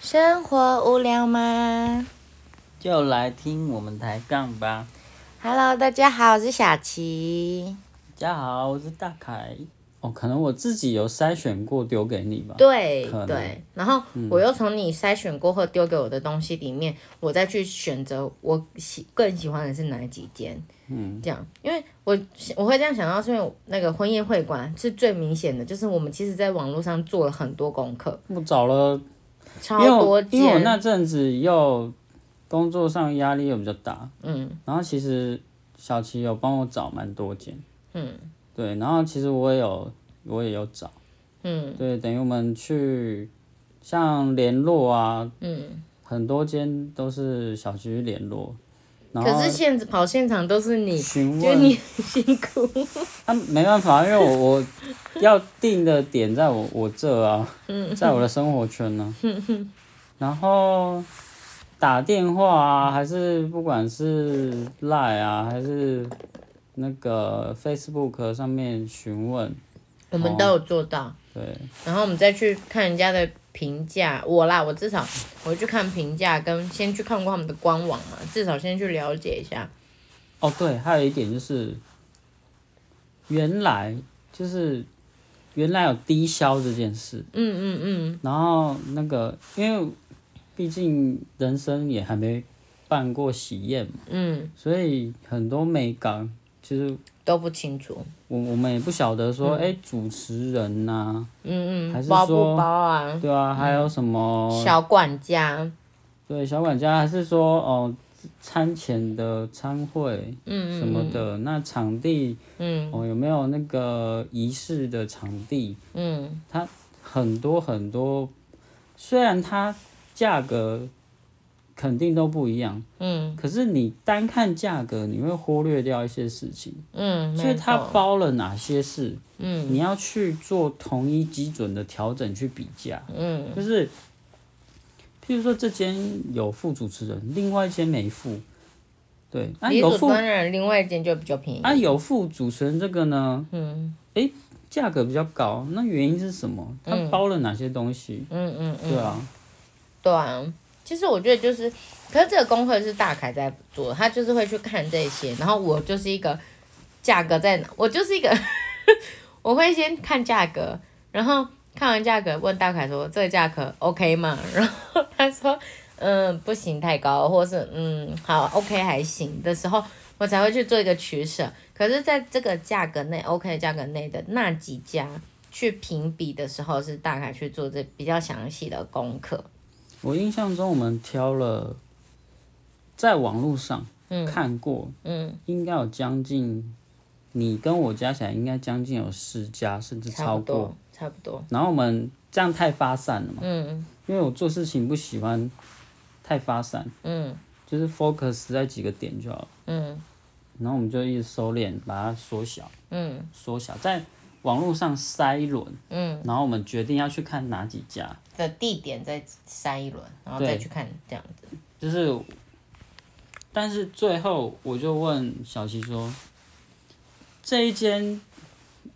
生活无聊吗就来听我们抬杠吧。 ？Hello，大家好，我是小琪。大家好，我是大凯。哦，可能我自己有筛选过丢给你吧。对哦可能嗯对，然后我又从你筛选过后丢给我的东西里面，我再去选择我喜更喜欢的是哪几间。嗯，这样，因为我我会这样想到，是因为那个婚宴会馆是最明显的，就是我们其实在网络上做了很多功课，我找了，因超为多我因为我间。那阵子又工作上压力又比较大，嗯，然后其实小琪有帮我找蛮多间，嗯对，然后其实我也有我也有找，嗯对，等于我们去像联络啊，嗯，很多间都是小琪去联络，然后可是现跑现场都是你，询觉得问你很辛苦。啊，没办法，因为我我要定的点在我我这啊，在我的生活圈呢、然后打电话啊，还是不管是 Line 啊，还是那个 Facebook 上面询问，我们都有做到。对，然后我们再去看人家的评价。我啦，我至少我去看评价，跟先去看过他们的官网嘛，至少先去了解一下。哦对，还有一点就是，原来就是原来有低消这件事，嗯嗯嗯，然后那个，因为毕竟人生也还没办过喜宴嘛，嗯，所以很多美感，其实都不清楚。我我们也不晓得说，哎、主持人呐、嗯还嗯，是包不说包啊？对啊，还有什么，小管家，对小管家，还是说哦，餐前的餐会嗯什么的，那场地嗯哦有没有那个仪式的场地，嗯，很多很多，虽然它价格肯定都不一样，嗯，可是你单看价格，你会忽略掉一些事情，嗯，所以它没错包了哪些事，嗯你要去做同一基准的调整去比价，嗯就是，譬如说这间有副主持人，另外一间没副，对，那、理有所副当然，另外一间就比较便宜。啊有副主持人这个呢，嗯价格比较高，那原因是什么？它包了哪些东西？嗯嗯嗯，对啊，对啊，其实我觉得就是，可是这个功课是大凯在做，他就是会去看这些，然后我就是一个价格在哪，我就是一个 我会先看价格，然后看完价格问大凯说这个价格 OK 吗？然后他说嗯不行太高，或是嗯好 OK 还行的时候，我才会去做一个取舍。可是在这个价格内 OK 的价格内的那几家。去评比的时候是大概去做这比较详细的功课，我印象中我们挑了，在网络上嗯看过，嗯，应该有将近，你跟我加起来应该将近有十家，甚至差超不过。多，差不多。然后我们这样太发散了嘛，嗯因为我做事情不喜欢太发散，嗯就是 focus 在几个点就好了。嗯然后我们就一直收敛，把它缩小、嗯缩小，在网络上筛一轮，嗯然后我们决定要去看哪几家。的地点再筛一轮，然后对再去看这样子。就是，但是最后我就问小琪说，这一间，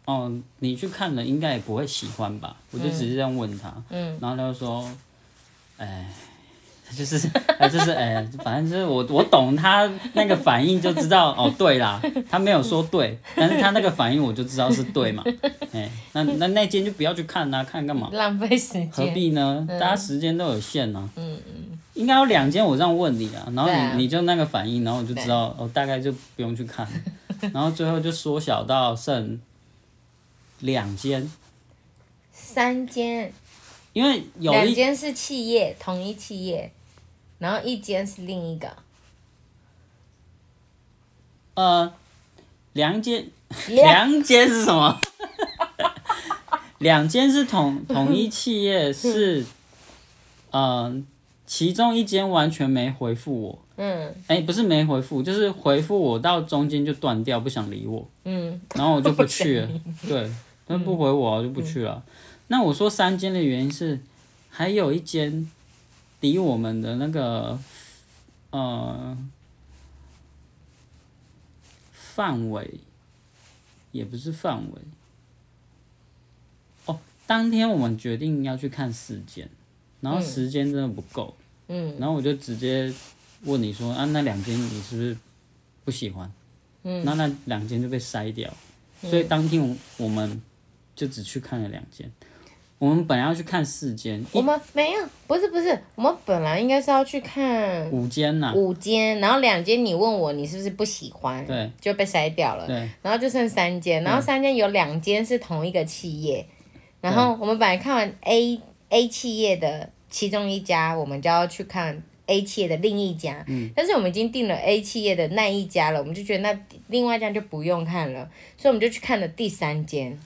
哦，你去看了应该也不会喜欢吧？我就只是这样问他，嗯然后他就说，哎。他就是，他就是，哎、反正就是我，我懂他那个反应就知道，哦，对啦，他没有说对，但是他那个反应我就知道是对嘛，哎、那那那间就不要去看啦、看干嘛？浪费时何间。必呢？大家时间都有限呢、嗯嗯。应该有两间我这样问你啊，然后对你、啊你就那个反应，然后我就知道哦，大概就不用去看，然后最后就缩小到剩两间，三间，因为有两一间是企业，同一企业，然后一间是另一个，呃两间两间是什么？两间是统统一企业是，呃，其中一间完全没回复我，嗯哎、不是没回复，就是回复我到中间就断掉，不想理我，嗯然后我就不去了。对，他不回我，我就不去了。那我说三间的原因是，还有一间离我们的那个呃范围，也不是范围。哦，当天我们决定要去看四间，然后时间真的不够，嗯然后我就直接问你说啊，那两间你是不是不喜欢？嗯那那两间就被筛掉，所以当天我我们就只去看了两间。我们本来要去看四间，我一们没有，不是不是，我们本来应该是要去看五间呐、五间，然后两间你问我你是不是不喜欢，对，就被筛掉了。对，嗯然后就剩三间，然后三间有两间是同一个企业，然后我们本来看完 A A 企业的其中一家，我们就要去看 A 企业的另一家，嗯但是我们已经订了 A 企业的那一家了，我们就觉得那另外一家就不用看了，所以我们就去看了第三间。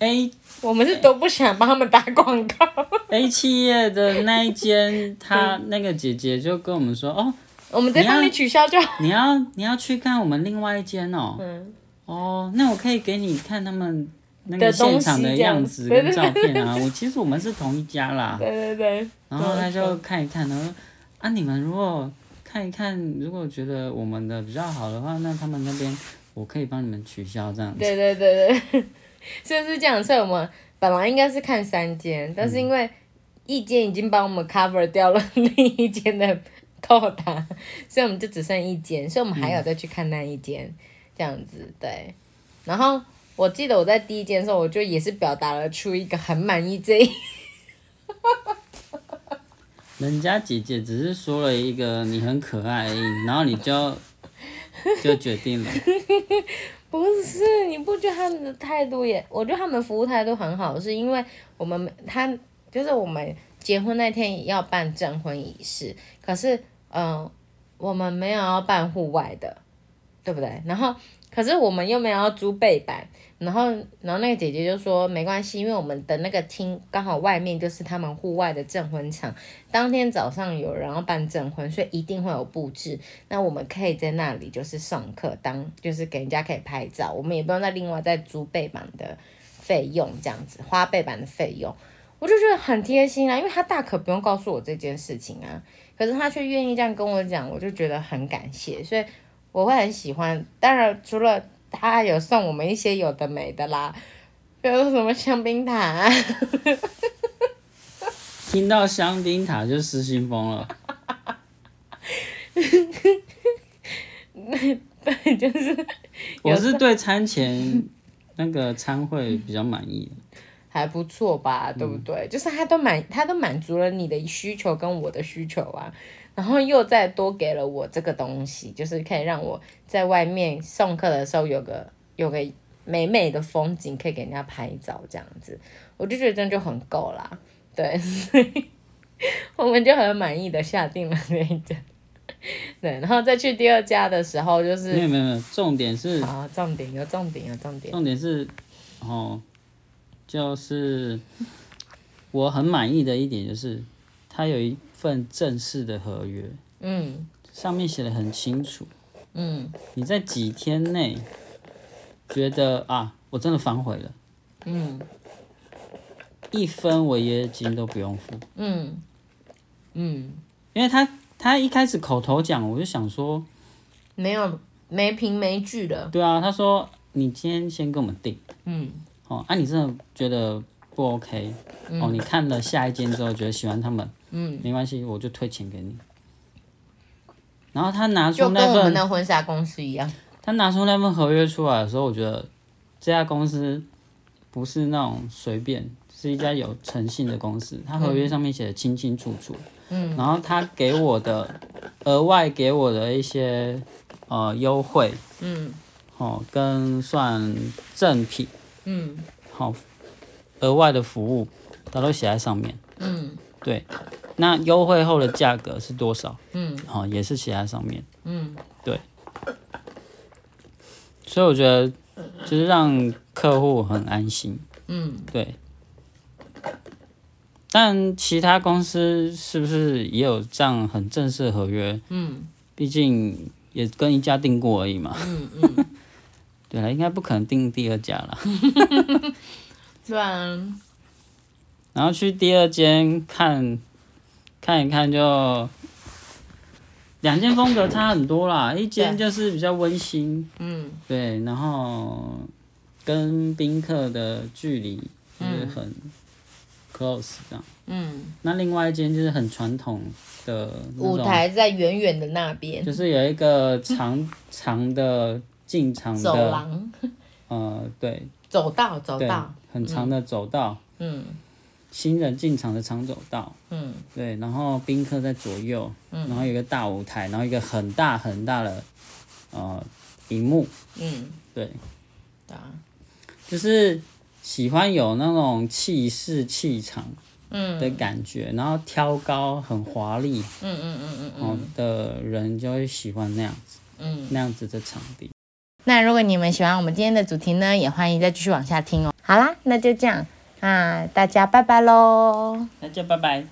A 我们是都不想帮他们打广告， A 企业的那一间，他嗯那个姐姐就跟我们说，哦，我们在上你面要取消就好。你要你要去看我们另外一间哦，嗯哦，那我可以给你看他们那个的东西现场的样子这样跟照片啊。 我其实我们是同一家啦，对对对，然后他就看一看，然后说啊，你们如果看一看，如果觉得我们的比较好的话，那他们那边我可以帮你们取消这样子。对 对对对，是不是这样？所以我们本来应该是看三间，但是因为一间已经帮我们 cover 掉了另一间的扣打，所以我们就只剩一间，所以我们还有再去看那一间，这样子对。然后我记得我在第一间的时候，我就也是表达了出一个很满意这一，人家姐姐只是说了一个你很可爱而已，然后你就就决定了。 不是你不觉得他们的态度也？我觉得他们服务态度很好，是因为我们他就是我们结婚那天也要办证婚仪式，可是嗯、呃我们没有要办户外的，对不对？然后可是我们又没有要租背板，然后然后那个姐姐就说没关系，因为我们的那个厅刚好外面就是他们户外的证婚场，当天早上有人要办证婚，所以一定会有布置。那我们可以在那里就是上课，当就是给人家可以拍照，我们也不用再另外再租背板的费用这样子，花背板的费用。我就觉得很贴心啊，因为他大可不用告诉我这件事情啊，可是他却愿意这样跟我讲，我就觉得很感谢，所以我会很喜欢。当然，除了他有送我们一些有的没的啦，比如说什么香槟塔、啊，听到香槟塔就失心疯 了。对，就是我是对餐前那个餐会比较满意的，还不错吧，对不对？就是他都满，他都满足了你的需求跟我的需求啊，然后又再多给了我这个东西，就是可以让我在外面上课的时候有个有个美美的风景可以给人家拍照这样子，我就觉得这样就很够啦，对， 所以我们就很满意的下定了这一家，对，然后再去第二家的时候就没是，有没有没有，重点是好，重点有重点有重点，重点是，哦，就是我很满意的一点就是，它有一份正式的合约，嗯上面写的很清楚，嗯你在几天内觉得啊，我真的反悔了，嗯一分违约金都不用付，嗯嗯，因为他他一开始口头讲，我就想说，没有没凭没据的，对啊，他说你今天先跟我们定。嗯哦，啊，你真的觉得不 OK？、哦，你看了下一间之后觉得喜欢他们，嗯，没关系，我就退钱给你。然后他拿就跟出那我们份，的婚纱公司一样，他拿出那份合约出来的时候，我觉得这家公司不是那种随便，是一家有诚信的公司。他合约上面写的清清楚楚，嗯，然后他给我的额外给我的一些呃优惠，嗯哦，跟算赠品，嗯好，额外的服务，它都写在上面。嗯对，那优惠后的价格是多少？嗯好、也是写在上面。嗯所以我觉得，就是让客户很安心。嗯，对。但其他公司是不是也有这样很正式的合约？嗯，毕竟也跟一家订过而已嘛。嗯嗯。 对了，应该不可能订第二家了。对啊，然后去第二间看，看一看就，两间风格差很多啦。一间就是比较温馨，嗯对，然嗯后跟宾客的距离就是很 close 这样。嗯，那另外一间就是很传统的那种舞，台在远远的那边，就是有一个 长长的进场走的，廊、呃，对走道、走对道，，很长的走道，嗯新人进场的长走道，嗯对，然后宾客在左右，然后有一个大舞台，然后一个很大很大的呃荧幕，嗯，对，对啊，就是喜欢有那种气势气场，嗯的感觉，然后挑高很华丽，嗯嗯嗯嗯哦的人就会喜欢那样子，嗯。那样子的场地。那如果你们喜欢我们今天的主题呢，也欢迎再继续往下听哦。好啦，那就这样，那大家拜拜喽。那就拜拜。